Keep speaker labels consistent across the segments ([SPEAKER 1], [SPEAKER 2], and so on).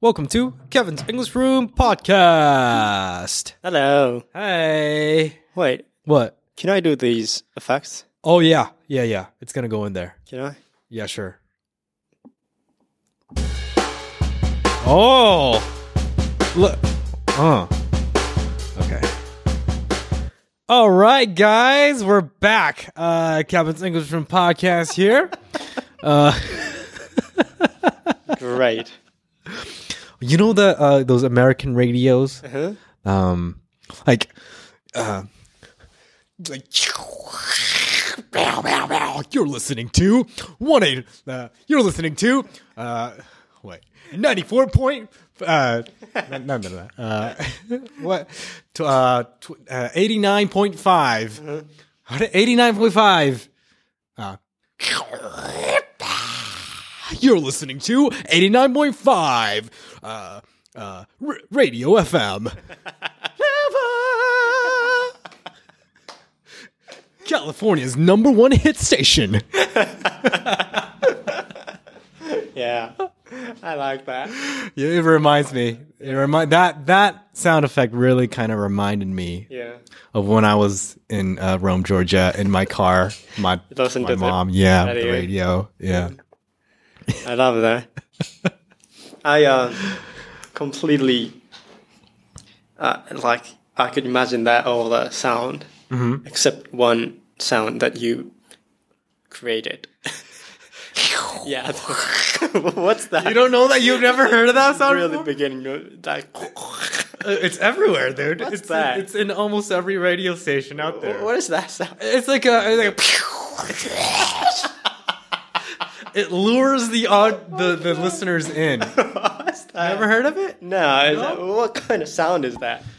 [SPEAKER 1] Welcome to Kevin's English Room Podcast.
[SPEAKER 2] Hello.
[SPEAKER 1] Hey.
[SPEAKER 2] Wait,
[SPEAKER 1] What?
[SPEAKER 2] can I do these effects?
[SPEAKER 1] Oh, yeah. Yeah, yeah. It's going to go in there.
[SPEAKER 2] Can I?
[SPEAKER 1] Yeah, sure. Oh. Look. Uh. Okay. All right, guys. We're back. Uh, Kevin's English Room Podcast here. uh,
[SPEAKER 2] Great.
[SPEAKER 1] you know the uh, those American radios?
[SPEAKER 2] Uh-huh.
[SPEAKER 1] um like uh like you're listening to one eight uh, you're listening to uh wait 94 point uh no no no, no. uh what tw- uh, tw- uh 89.5 89.5 uh you're listening to 89.5 uh, uh, r- Radio FM. California's number one hit station.
[SPEAKER 2] Yeah. I like that.
[SPEAKER 1] Yeah, it reminds me. It remind that that sound effect really kind of reminded me
[SPEAKER 2] Yeah.
[SPEAKER 1] of when I was in uh, Rome, Georgia, in my car. My,
[SPEAKER 2] listened
[SPEAKER 1] my
[SPEAKER 2] to the
[SPEAKER 1] mom, yeah, the
[SPEAKER 2] radio.
[SPEAKER 1] radio, yeah.
[SPEAKER 2] I love that. I uh, completely uh, like I could imagine that all the sound Mm-hmm. except one sound that you created. yeah. What's that?
[SPEAKER 1] You don't know that you've never heard of that sound?
[SPEAKER 2] really
[SPEAKER 1] before?
[SPEAKER 2] beginning of that
[SPEAKER 1] Uh, It's everywhere, dude.
[SPEAKER 2] What's
[SPEAKER 1] it's
[SPEAKER 2] that?
[SPEAKER 1] it's in almost every radio station out there.
[SPEAKER 2] What is that sound?
[SPEAKER 1] It's like a, it's like a it lures the odd the, the listeners in.
[SPEAKER 2] What's that?
[SPEAKER 1] Ever heard of it?
[SPEAKER 2] No, is that- what kind of sound is that?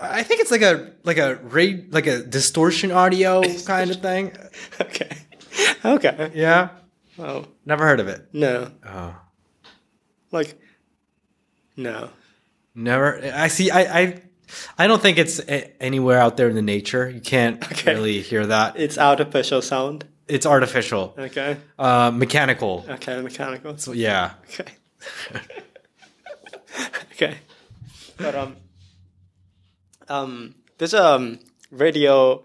[SPEAKER 1] I think it's like a like a ra- like a distortion audio kind of thing.
[SPEAKER 2] Okay. Okay.
[SPEAKER 1] Yeah,
[SPEAKER 2] Oh,
[SPEAKER 1] never heard of it.
[SPEAKER 2] no.
[SPEAKER 1] Oh.
[SPEAKER 2] Like, no.
[SPEAKER 1] Never. I see. I I, I don't think it's a- anywhere out there in the nature. You can't
[SPEAKER 2] Okay.
[SPEAKER 1] really hear that.
[SPEAKER 2] It's artificial sound.
[SPEAKER 1] It's artificial,
[SPEAKER 2] Okay.
[SPEAKER 1] uh, mechanical.
[SPEAKER 2] Okay, mechanical.
[SPEAKER 1] So, yeah.
[SPEAKER 2] Okay. okay. But, um, um, there's, um, radio,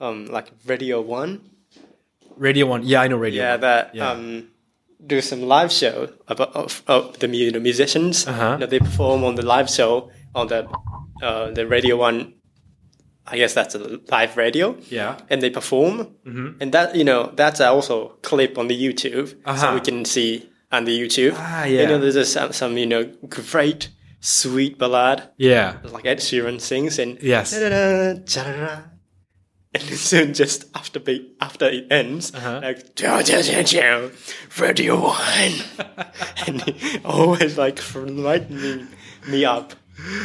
[SPEAKER 2] um, like Radio 1.
[SPEAKER 1] Radio One. Yeah, I know Radio.
[SPEAKER 2] Yeah,
[SPEAKER 1] One.
[SPEAKER 2] that,
[SPEAKER 1] Yeah.
[SPEAKER 2] um, do some live show about of, of the mu- the musicians.
[SPEAKER 1] Uh-huh.
[SPEAKER 2] You know, they perform on the live show on the uh, the radio one. I guess that's a live radio.
[SPEAKER 1] Yeah. Mm-hmm.
[SPEAKER 2] and they perform, and that you know that's also clip on the YouTube,
[SPEAKER 1] Uh-huh.
[SPEAKER 2] so we can see on the YouTube.
[SPEAKER 1] Ah,
[SPEAKER 2] You
[SPEAKER 1] yeah.
[SPEAKER 2] know, there's just some, some you know great sweet ballad
[SPEAKER 1] Yeah.
[SPEAKER 2] like Ed Sheeran sings, and
[SPEAKER 1] Yes.
[SPEAKER 2] da-da-da, da-da-da. and soon just after be, after it ends,
[SPEAKER 1] Uh-huh.
[SPEAKER 2] like "Chow, chow, chow, chow, Radio One, and it always like lightening me up.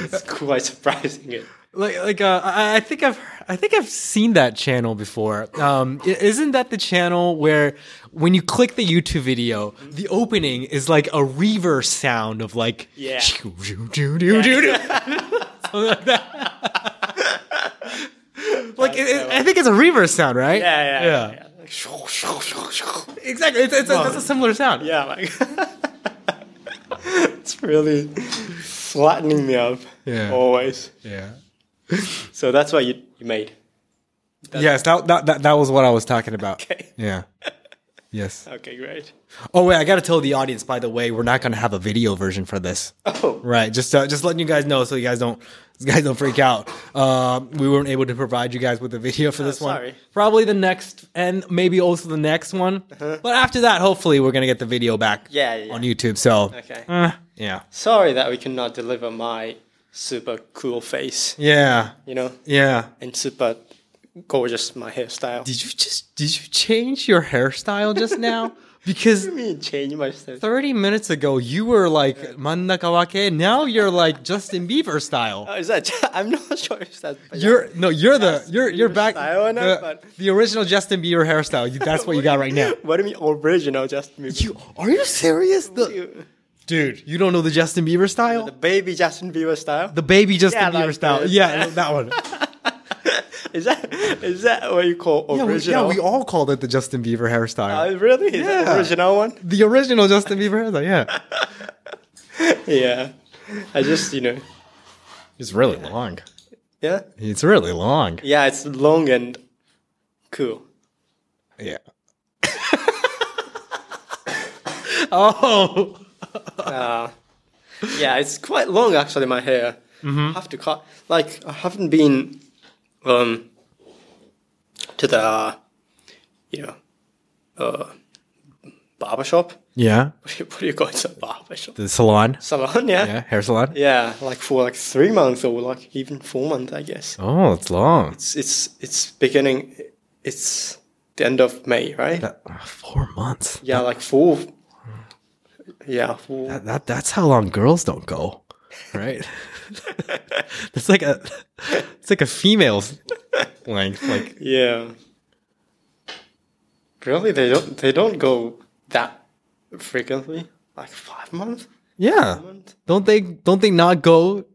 [SPEAKER 2] It's quite surprising. It.
[SPEAKER 1] like like uh, I, I think I've I think I've seen that channel before. Um, i- isn't that the channel where when you click the YouTube video, the opening is like a reverse sound of like
[SPEAKER 2] Yeah.
[SPEAKER 1] shoo, shoo, shoo, shoo, shoo, shoo. Something like that. Like it, it- I think it's a reverse sound, right?
[SPEAKER 2] Yeah, yeah, yeah.
[SPEAKER 1] yeah.
[SPEAKER 2] yeah. Like, shoo, shoo, shoo, shoo.
[SPEAKER 1] Exactly. It's, it's, a, it's a similar sound.
[SPEAKER 2] Yeah, like it's really flattening me up.
[SPEAKER 1] Yeah.
[SPEAKER 2] Always.
[SPEAKER 1] yeah.
[SPEAKER 2] So that's what you, you made.
[SPEAKER 1] Yes, that, that that that was what I was talking about.
[SPEAKER 2] Okay.
[SPEAKER 1] Yeah. Yes.
[SPEAKER 2] Okay, great.
[SPEAKER 1] Oh wait, I gotta tell the audience. By the way, we're not gonna have a video version for this.
[SPEAKER 2] Oh,
[SPEAKER 1] Right. Just uh, just letting you guys know so you guys don't you guys don't freak out. Um, we weren't able to provide you guys with a video for this one.
[SPEAKER 2] Oh, sorry.
[SPEAKER 1] Probably the next and maybe also the next one. But after that, hopefully we're gonna get the video back
[SPEAKER 2] Uh-huh. yeah, yeah.
[SPEAKER 1] on YouTube. So
[SPEAKER 2] Okay.
[SPEAKER 1] eh, yeah.
[SPEAKER 2] Sorry that we cannot deliver my super cool face,
[SPEAKER 1] Yeah.
[SPEAKER 2] you know,
[SPEAKER 1] Yeah.
[SPEAKER 2] and super gorgeous my hairstyle.
[SPEAKER 1] Did you just did you change your hairstyle just now? because
[SPEAKER 2] you mean change my style?
[SPEAKER 1] 30 minutes ago you were like Mandakawake, now you're like Justin Bieber style.
[SPEAKER 2] Oh, is that? I'm not sure if that's. but yeah.
[SPEAKER 1] You're no, you're the you're you're
[SPEAKER 2] Bieber
[SPEAKER 1] back
[SPEAKER 2] style and
[SPEAKER 1] the,
[SPEAKER 2] that, but-
[SPEAKER 1] the original Justin Bieber hairstyle. You, that's what you got right now.
[SPEAKER 2] What do you mean original? Just me.
[SPEAKER 1] You are you serious? The-
[SPEAKER 2] You-
[SPEAKER 1] dude, you don't know the Justin Bieber
[SPEAKER 2] the
[SPEAKER 1] style?
[SPEAKER 2] baby Justin Bieber style.
[SPEAKER 1] The baby Justin
[SPEAKER 2] Yeah,
[SPEAKER 1] Bieber
[SPEAKER 2] like
[SPEAKER 1] style.
[SPEAKER 2] this.
[SPEAKER 1] Yeah, that one.
[SPEAKER 2] Is that is that what you call
[SPEAKER 1] Yeah we,
[SPEAKER 2] original?
[SPEAKER 1] yeah, we all called it the Justin Bieber hairstyle.
[SPEAKER 2] Uh, really? Is that
[SPEAKER 1] Yeah.
[SPEAKER 2] the original one?
[SPEAKER 1] the original Justin Bieber hairstyle. Yeah.
[SPEAKER 2] yeah. I just, you know,
[SPEAKER 1] It's really long.
[SPEAKER 2] yeah.
[SPEAKER 1] It's really long.
[SPEAKER 2] Yeah, it's long and cool.
[SPEAKER 1] Yeah. oh.
[SPEAKER 2] Yeah, it's quite long actually. My hair.
[SPEAKER 1] Mm-hmm.
[SPEAKER 2] I have to cut. Like I haven't been, um, to the, you know, uh, barber shop.
[SPEAKER 1] Yeah.
[SPEAKER 2] What do you, what do you call it? A barber shop
[SPEAKER 1] The salon.
[SPEAKER 2] salon? Yeah? yeah,
[SPEAKER 1] Yeah. Hair salon.
[SPEAKER 2] Like for like three months or like even four months, I guess.
[SPEAKER 1] Oh, it's long.
[SPEAKER 2] It's it's it's beginning. It's the end of May, right?
[SPEAKER 1] That- uh, four months.
[SPEAKER 2] yeah, like four.
[SPEAKER 1] Hmm.
[SPEAKER 2] Yeah, four.
[SPEAKER 1] That, that that's how long girls don't go, right? that's like a it's like a female's length. Like
[SPEAKER 2] Yeah. Really, they don't they don't go that frequently. Like five months?
[SPEAKER 1] yeah,
[SPEAKER 2] Month?
[SPEAKER 1] don't they don't they not go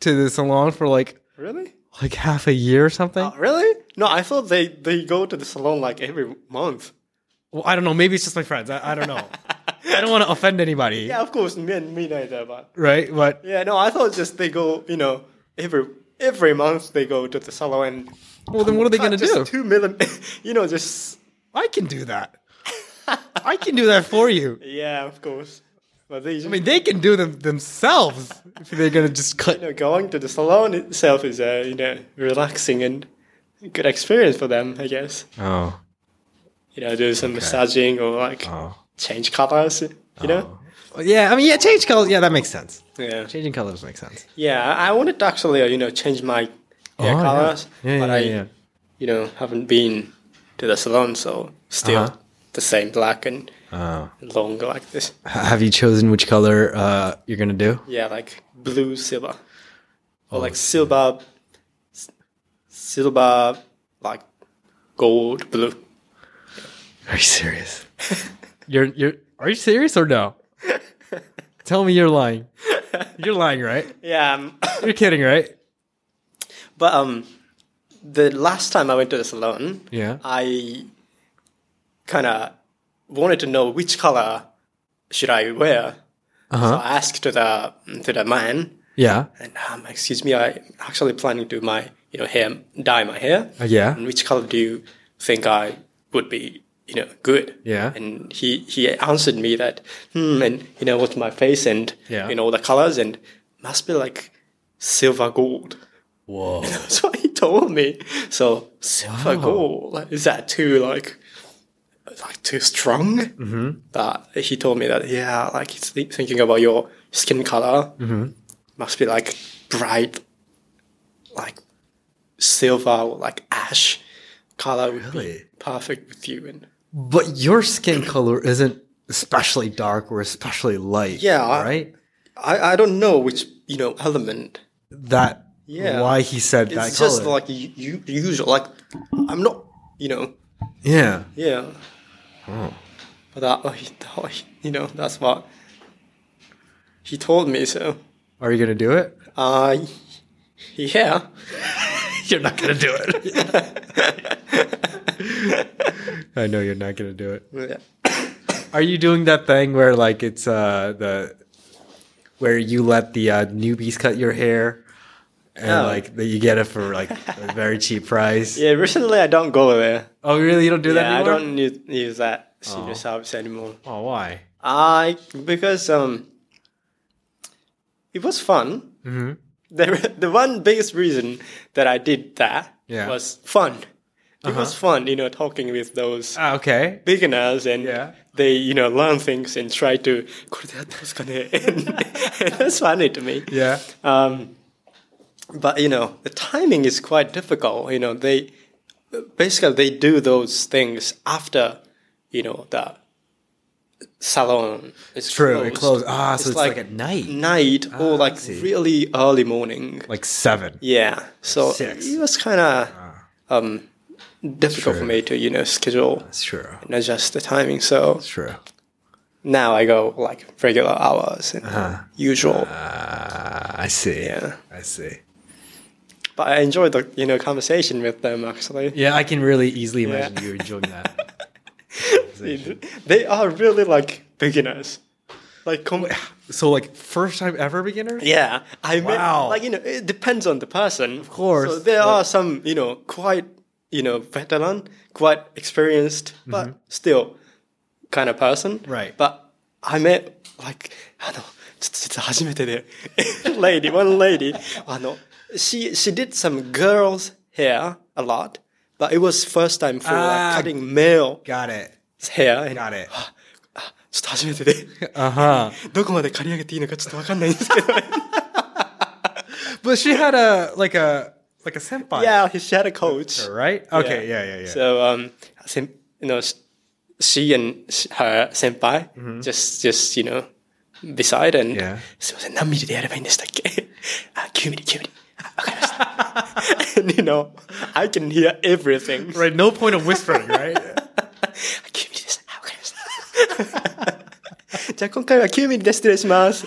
[SPEAKER 1] to the salon for like
[SPEAKER 2] Really?
[SPEAKER 1] like half a year or something?
[SPEAKER 2] Uh, really? No, I thought they they go to the salon like every month.
[SPEAKER 1] Well, I don't know. Maybe it's just my friends. I, I don't know. I don't want to offend anybody,
[SPEAKER 2] Yeah, of course, me and me neither. But
[SPEAKER 1] right? But
[SPEAKER 2] yeah, no, I thought just they go. You know, every every month they go to the salon. And
[SPEAKER 1] well, then what are they gonna
[SPEAKER 2] cut just
[SPEAKER 1] do?
[SPEAKER 2] Two million. You know, just
[SPEAKER 1] I can do that. I can do that for you.
[SPEAKER 2] yeah, of course. But they just,
[SPEAKER 1] I mean, they can do them themselves if they're gonna just cut
[SPEAKER 2] you know, going to the salon itself is a you know relaxing and good experience for them, I guess.
[SPEAKER 1] Oh,
[SPEAKER 2] You know, do some massaging or like
[SPEAKER 1] oh,
[SPEAKER 2] change colors. You know,
[SPEAKER 1] yeah. I mean, yeah. Change colors. Yeah, that makes sense.
[SPEAKER 2] yeah,
[SPEAKER 1] Changing colors makes sense.
[SPEAKER 2] yeah. I I wanted to actually uh, you know change my hair
[SPEAKER 1] Oh, yeah.
[SPEAKER 2] colors,
[SPEAKER 1] Yeah,
[SPEAKER 2] but
[SPEAKER 1] yeah,
[SPEAKER 2] I
[SPEAKER 1] yeah, yeah.
[SPEAKER 2] you know haven't been to the salon, so still
[SPEAKER 1] Uh-huh.
[SPEAKER 2] the same black and
[SPEAKER 1] Oh.
[SPEAKER 2] long like this.
[SPEAKER 1] Have you chosen which color uh, you're gonna do?
[SPEAKER 2] Yeah, like blue silver
[SPEAKER 1] Oh,
[SPEAKER 2] or like silver, s- silver like gold blue.
[SPEAKER 1] Are you serious? you're you're. Are you serious or no? Tell me you're lying. You're lying, right?
[SPEAKER 2] Yeah. um,
[SPEAKER 1] You're kidding, right?
[SPEAKER 2] But um, the last time I went to the salon,
[SPEAKER 1] Yeah.
[SPEAKER 2] I kind of wanted to know which color should I wear. So
[SPEAKER 1] Uh-huh.
[SPEAKER 2] I asked to the to the man,
[SPEAKER 1] Yeah.
[SPEAKER 2] and um, excuse me, I actually planning to my you know hair dye my hair.
[SPEAKER 1] Uh, yeah.
[SPEAKER 2] And which color do you think I would be you know good?
[SPEAKER 1] Yeah.
[SPEAKER 2] And he he answered me that hmm, and you know what's my face and
[SPEAKER 1] Yeah.
[SPEAKER 2] you know the colors and must be like silver gold.
[SPEAKER 1] Whoa.
[SPEAKER 2] That's what he told me. So silver gold like, is that too like like too strong? Mm-hmm. But he told me that yeah, like he's thi- thinking about your skin color must be like bright, like silver or like ash color would be
[SPEAKER 1] Really?
[SPEAKER 2] perfect with you. And
[SPEAKER 1] But your skin color isn't especially dark or especially light.
[SPEAKER 2] Yeah, I-
[SPEAKER 1] Right.
[SPEAKER 2] I I don't know which you know element.
[SPEAKER 1] That.
[SPEAKER 2] Yeah.
[SPEAKER 1] Why he said that
[SPEAKER 2] It's
[SPEAKER 1] color.
[SPEAKER 2] just like you, usual. Like I'm not you know
[SPEAKER 1] yeah.
[SPEAKER 2] Yeah. Hmm. But that, like, that- like, you know, that's what he told me. So,
[SPEAKER 1] Are you gonna do it?
[SPEAKER 2] uh, yeah,
[SPEAKER 1] You're not gonna do it. I know you're not gonna do it.
[SPEAKER 2] yeah,
[SPEAKER 1] Are you doing that thing where like it's uh the where you let the uh, newbies cut your hair and
[SPEAKER 2] No.
[SPEAKER 1] like that you get it for like a very cheap price?
[SPEAKER 2] Oh. yeah. Recently, I don't go there.
[SPEAKER 1] Oh, really? You don't do that
[SPEAKER 2] Yeah, I
[SPEAKER 1] anymore?
[SPEAKER 2] don't use, use that senior service anymore.
[SPEAKER 1] Oh, why?
[SPEAKER 2] I because um, it was fun.
[SPEAKER 1] Mhm.
[SPEAKER 2] The the one biggest reason that I did that
[SPEAKER 1] Yeah.
[SPEAKER 2] was fun. It was fun, you know, talking with those
[SPEAKER 1] Ah, okay.
[SPEAKER 2] beginners and
[SPEAKER 1] Yeah.
[SPEAKER 2] they you know learn things and try to and that's funny to me
[SPEAKER 1] Yeah.
[SPEAKER 2] um, but you know the timing is quite difficult you know they basically they do those things after you know the salon is
[SPEAKER 1] True, it closed.
[SPEAKER 2] closed.
[SPEAKER 1] Ah, so it's like at night. Ah,
[SPEAKER 2] night or like
[SPEAKER 1] see.
[SPEAKER 2] really early morning
[SPEAKER 1] Like seven.
[SPEAKER 2] yeah so
[SPEAKER 1] Six. Ah.
[SPEAKER 2] it was kind of um, difficult for
[SPEAKER 1] True.
[SPEAKER 2] me to you know schedule
[SPEAKER 1] That's true.
[SPEAKER 2] and adjust the timing so
[SPEAKER 1] That's true.
[SPEAKER 2] now I go like regular hours and usual.
[SPEAKER 1] Uh, I see.
[SPEAKER 2] Yeah.
[SPEAKER 1] I see.
[SPEAKER 2] But I enjoyed the you know conversation with them actually.
[SPEAKER 1] Yeah, I can really easily imagine you enjoying that.
[SPEAKER 2] They are really like beginners, like com-
[SPEAKER 1] So like first time ever beginners?
[SPEAKER 2] Yeah, I mean,
[SPEAKER 1] Wow.
[SPEAKER 2] like you know, it depends on the person. Of
[SPEAKER 1] course,
[SPEAKER 2] So there are some you know quite you know veteran, quite experienced, but still kind of person.
[SPEAKER 1] Right.
[SPEAKER 2] But I met like あのちょちょっと初めてで lady one lady あの she she did some girls hair a lot, but it was first time for
[SPEAKER 1] Ah.
[SPEAKER 2] like, cutting male
[SPEAKER 1] Got it.
[SPEAKER 2] hair. And,
[SPEAKER 1] Got it.
[SPEAKER 2] あちょっと初めてで
[SPEAKER 1] Uh huh.
[SPEAKER 2] どこまで刈り上げていいのかちょっとわかんないんですけど。
[SPEAKER 1] But she had a like a like a senpai.
[SPEAKER 2] Yeah, his shadow coach.
[SPEAKER 1] Right. Okay. Yeah. Yeah. Yeah.
[SPEAKER 2] So um, sen- you know, s- she and s- her senpai just just you know beside and
[SPEAKER 1] Mm-hmm. Yeah.
[SPEAKER 2] すいません何ミリでやればいいんでしたっ け？あ、9ミリ9ミリ。あ わかりました。and, you know, I can hear everything. "Ah,
[SPEAKER 1] Right. No point of whispering. Right.
[SPEAKER 2] 9ミリです。あわかりま した。じゃあ今回は9ミリで失礼 します。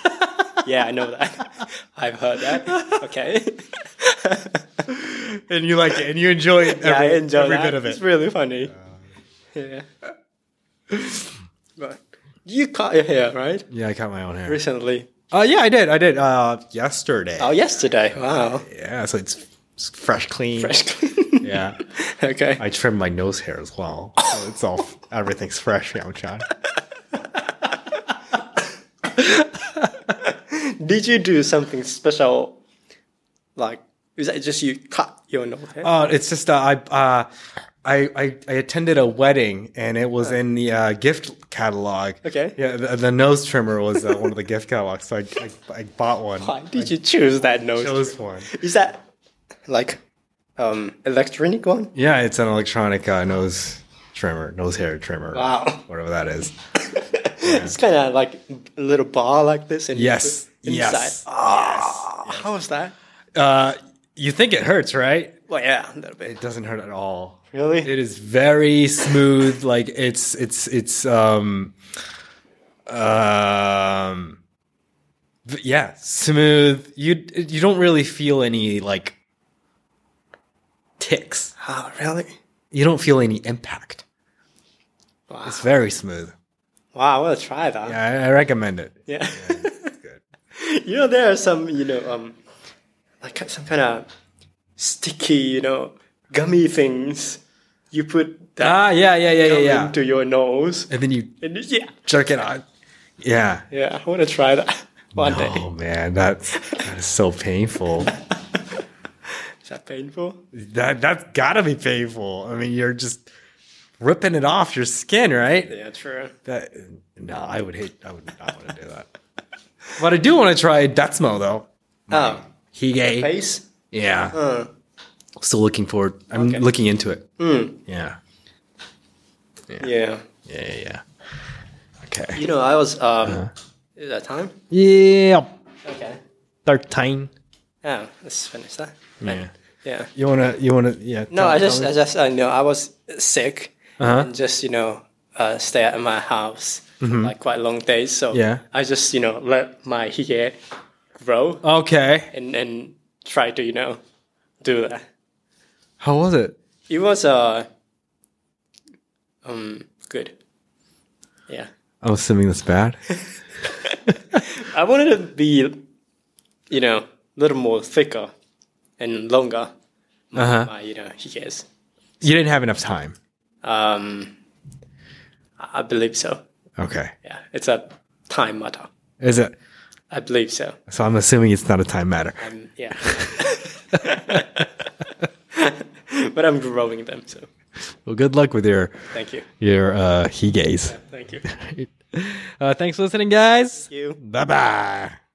[SPEAKER 2] yeah, I know that. I've heard that. Okay.
[SPEAKER 1] and you like it, and you enjoy it. Every,
[SPEAKER 2] yeah, I enjoy
[SPEAKER 1] every
[SPEAKER 2] that.
[SPEAKER 1] bit of
[SPEAKER 2] It's
[SPEAKER 1] it.
[SPEAKER 2] really funny. yeah. But you cut your hair, right?
[SPEAKER 1] Yeah, I cut my own hair.
[SPEAKER 2] Recently.
[SPEAKER 1] Uh, yeah, I did. I did. Uh, yesterday.
[SPEAKER 2] Oh, yesterday. Wow.
[SPEAKER 1] Yeah. So it's, it's fresh, clean.
[SPEAKER 2] Fresh clean.
[SPEAKER 1] Yeah.
[SPEAKER 2] okay.
[SPEAKER 1] I trimmed my nose hair as well. So it's all everything's fresh, young child.
[SPEAKER 2] Did you do something special? Like, is that just you cut your nose hair?
[SPEAKER 1] Oh, it's just uh, I, uh, I I I attended a wedding and it was in the uh, gift catalog.
[SPEAKER 2] Oh. Okay.
[SPEAKER 1] Yeah, the, the nose trimmer was uh, one of the gift catalogs, so I I, I bought one.
[SPEAKER 2] Why did you choose that nose?
[SPEAKER 1] Chose one.
[SPEAKER 2] Is that like um electronic one?
[SPEAKER 1] Yeah, it's an electronic uh, nose trimmer, nose hair trimmer.
[SPEAKER 2] Wow.
[SPEAKER 1] Whatever that is.
[SPEAKER 2] It's kind of like a little bar like this. And you
[SPEAKER 1] Yes.
[SPEAKER 2] put
[SPEAKER 1] Yes.
[SPEAKER 2] Inside. Ah, How was that?
[SPEAKER 1] Uh, you think it hurts, right?
[SPEAKER 2] Well, yeah, a little bit.
[SPEAKER 1] It doesn't hurt at all.
[SPEAKER 2] Really?
[SPEAKER 1] It is very smooth. like it's it's it's um um v- yeah, smooth. You you don't really feel any like ticks.
[SPEAKER 2] Oh, really?
[SPEAKER 1] You don't feel any impact.
[SPEAKER 2] Wow.
[SPEAKER 1] It's very smooth.
[SPEAKER 2] Wow, I want to try that.
[SPEAKER 1] Yeah, I, I recommend it.
[SPEAKER 2] Yeah.
[SPEAKER 1] It's good.
[SPEAKER 2] you know, there are some, you know, um, like some kind of sticky, you know, gummy things you put that
[SPEAKER 1] Ah, yeah, yeah, yeah, yeah, yeah.
[SPEAKER 2] into your nose.
[SPEAKER 1] And then you
[SPEAKER 2] And yeah,
[SPEAKER 1] jerk it on. Yeah.
[SPEAKER 2] yeah, I want to try that one day.
[SPEAKER 1] Oh man, that's that is so painful.
[SPEAKER 2] Is that painful?
[SPEAKER 1] That that's gotta be painful. I mean, you're just ripping it off your skin, right?
[SPEAKER 2] Yeah, true.
[SPEAKER 1] That no, I would hate. I would not want to do that. But I do want to try Detsmo though.
[SPEAKER 2] Oh,
[SPEAKER 1] Hige.
[SPEAKER 2] face?
[SPEAKER 1] Yeah.
[SPEAKER 2] Uh,
[SPEAKER 1] Still looking forward. I'm
[SPEAKER 2] Okay.
[SPEAKER 1] looking into it.
[SPEAKER 2] Mm.
[SPEAKER 1] Yeah.
[SPEAKER 2] yeah.
[SPEAKER 1] Yeah. Yeah. yeah. Okay.
[SPEAKER 2] You know, I was, um,
[SPEAKER 1] Uh-huh.
[SPEAKER 2] is that time?
[SPEAKER 1] Yeah.
[SPEAKER 2] Okay.
[SPEAKER 1] Thirteen.
[SPEAKER 2] Yeah, let's finish that.
[SPEAKER 1] Yeah.
[SPEAKER 2] Yeah.
[SPEAKER 1] You wanna? You wanna? Yeah.
[SPEAKER 2] No,
[SPEAKER 1] tell-
[SPEAKER 2] I
[SPEAKER 1] tell
[SPEAKER 2] just,
[SPEAKER 1] me?
[SPEAKER 2] I just, I know I was sick
[SPEAKER 1] Uh-huh.
[SPEAKER 2] and just, you know, uh, stay at my house like quite long days. So
[SPEAKER 1] Mm-hmm. Yeah.
[SPEAKER 2] I just, you know, let my hair grow
[SPEAKER 1] okay.
[SPEAKER 2] and and try to, you know, do that.
[SPEAKER 1] How was it?
[SPEAKER 2] It was uh, um, good. Yeah,
[SPEAKER 1] I'm assuming that's bad.
[SPEAKER 2] I wanted to be, you know, a little more thicker and longer. My,
[SPEAKER 1] Uh-huh.
[SPEAKER 2] my you know, hairs.
[SPEAKER 1] You didn't have enough time.
[SPEAKER 2] Um, I I believe so.
[SPEAKER 1] Okay.
[SPEAKER 2] Yeah, it's a time matter.
[SPEAKER 1] Is it?
[SPEAKER 2] I believe so.
[SPEAKER 1] So I'm assuming it's not a time matter.
[SPEAKER 2] Um, yeah. but I'm growing them, so
[SPEAKER 1] Well, good luck with your
[SPEAKER 2] thank you.
[SPEAKER 1] your uh, higeys.
[SPEAKER 2] Thank you.
[SPEAKER 1] Uh, thanks for listening, guys.
[SPEAKER 2] you.
[SPEAKER 1] Bye bye.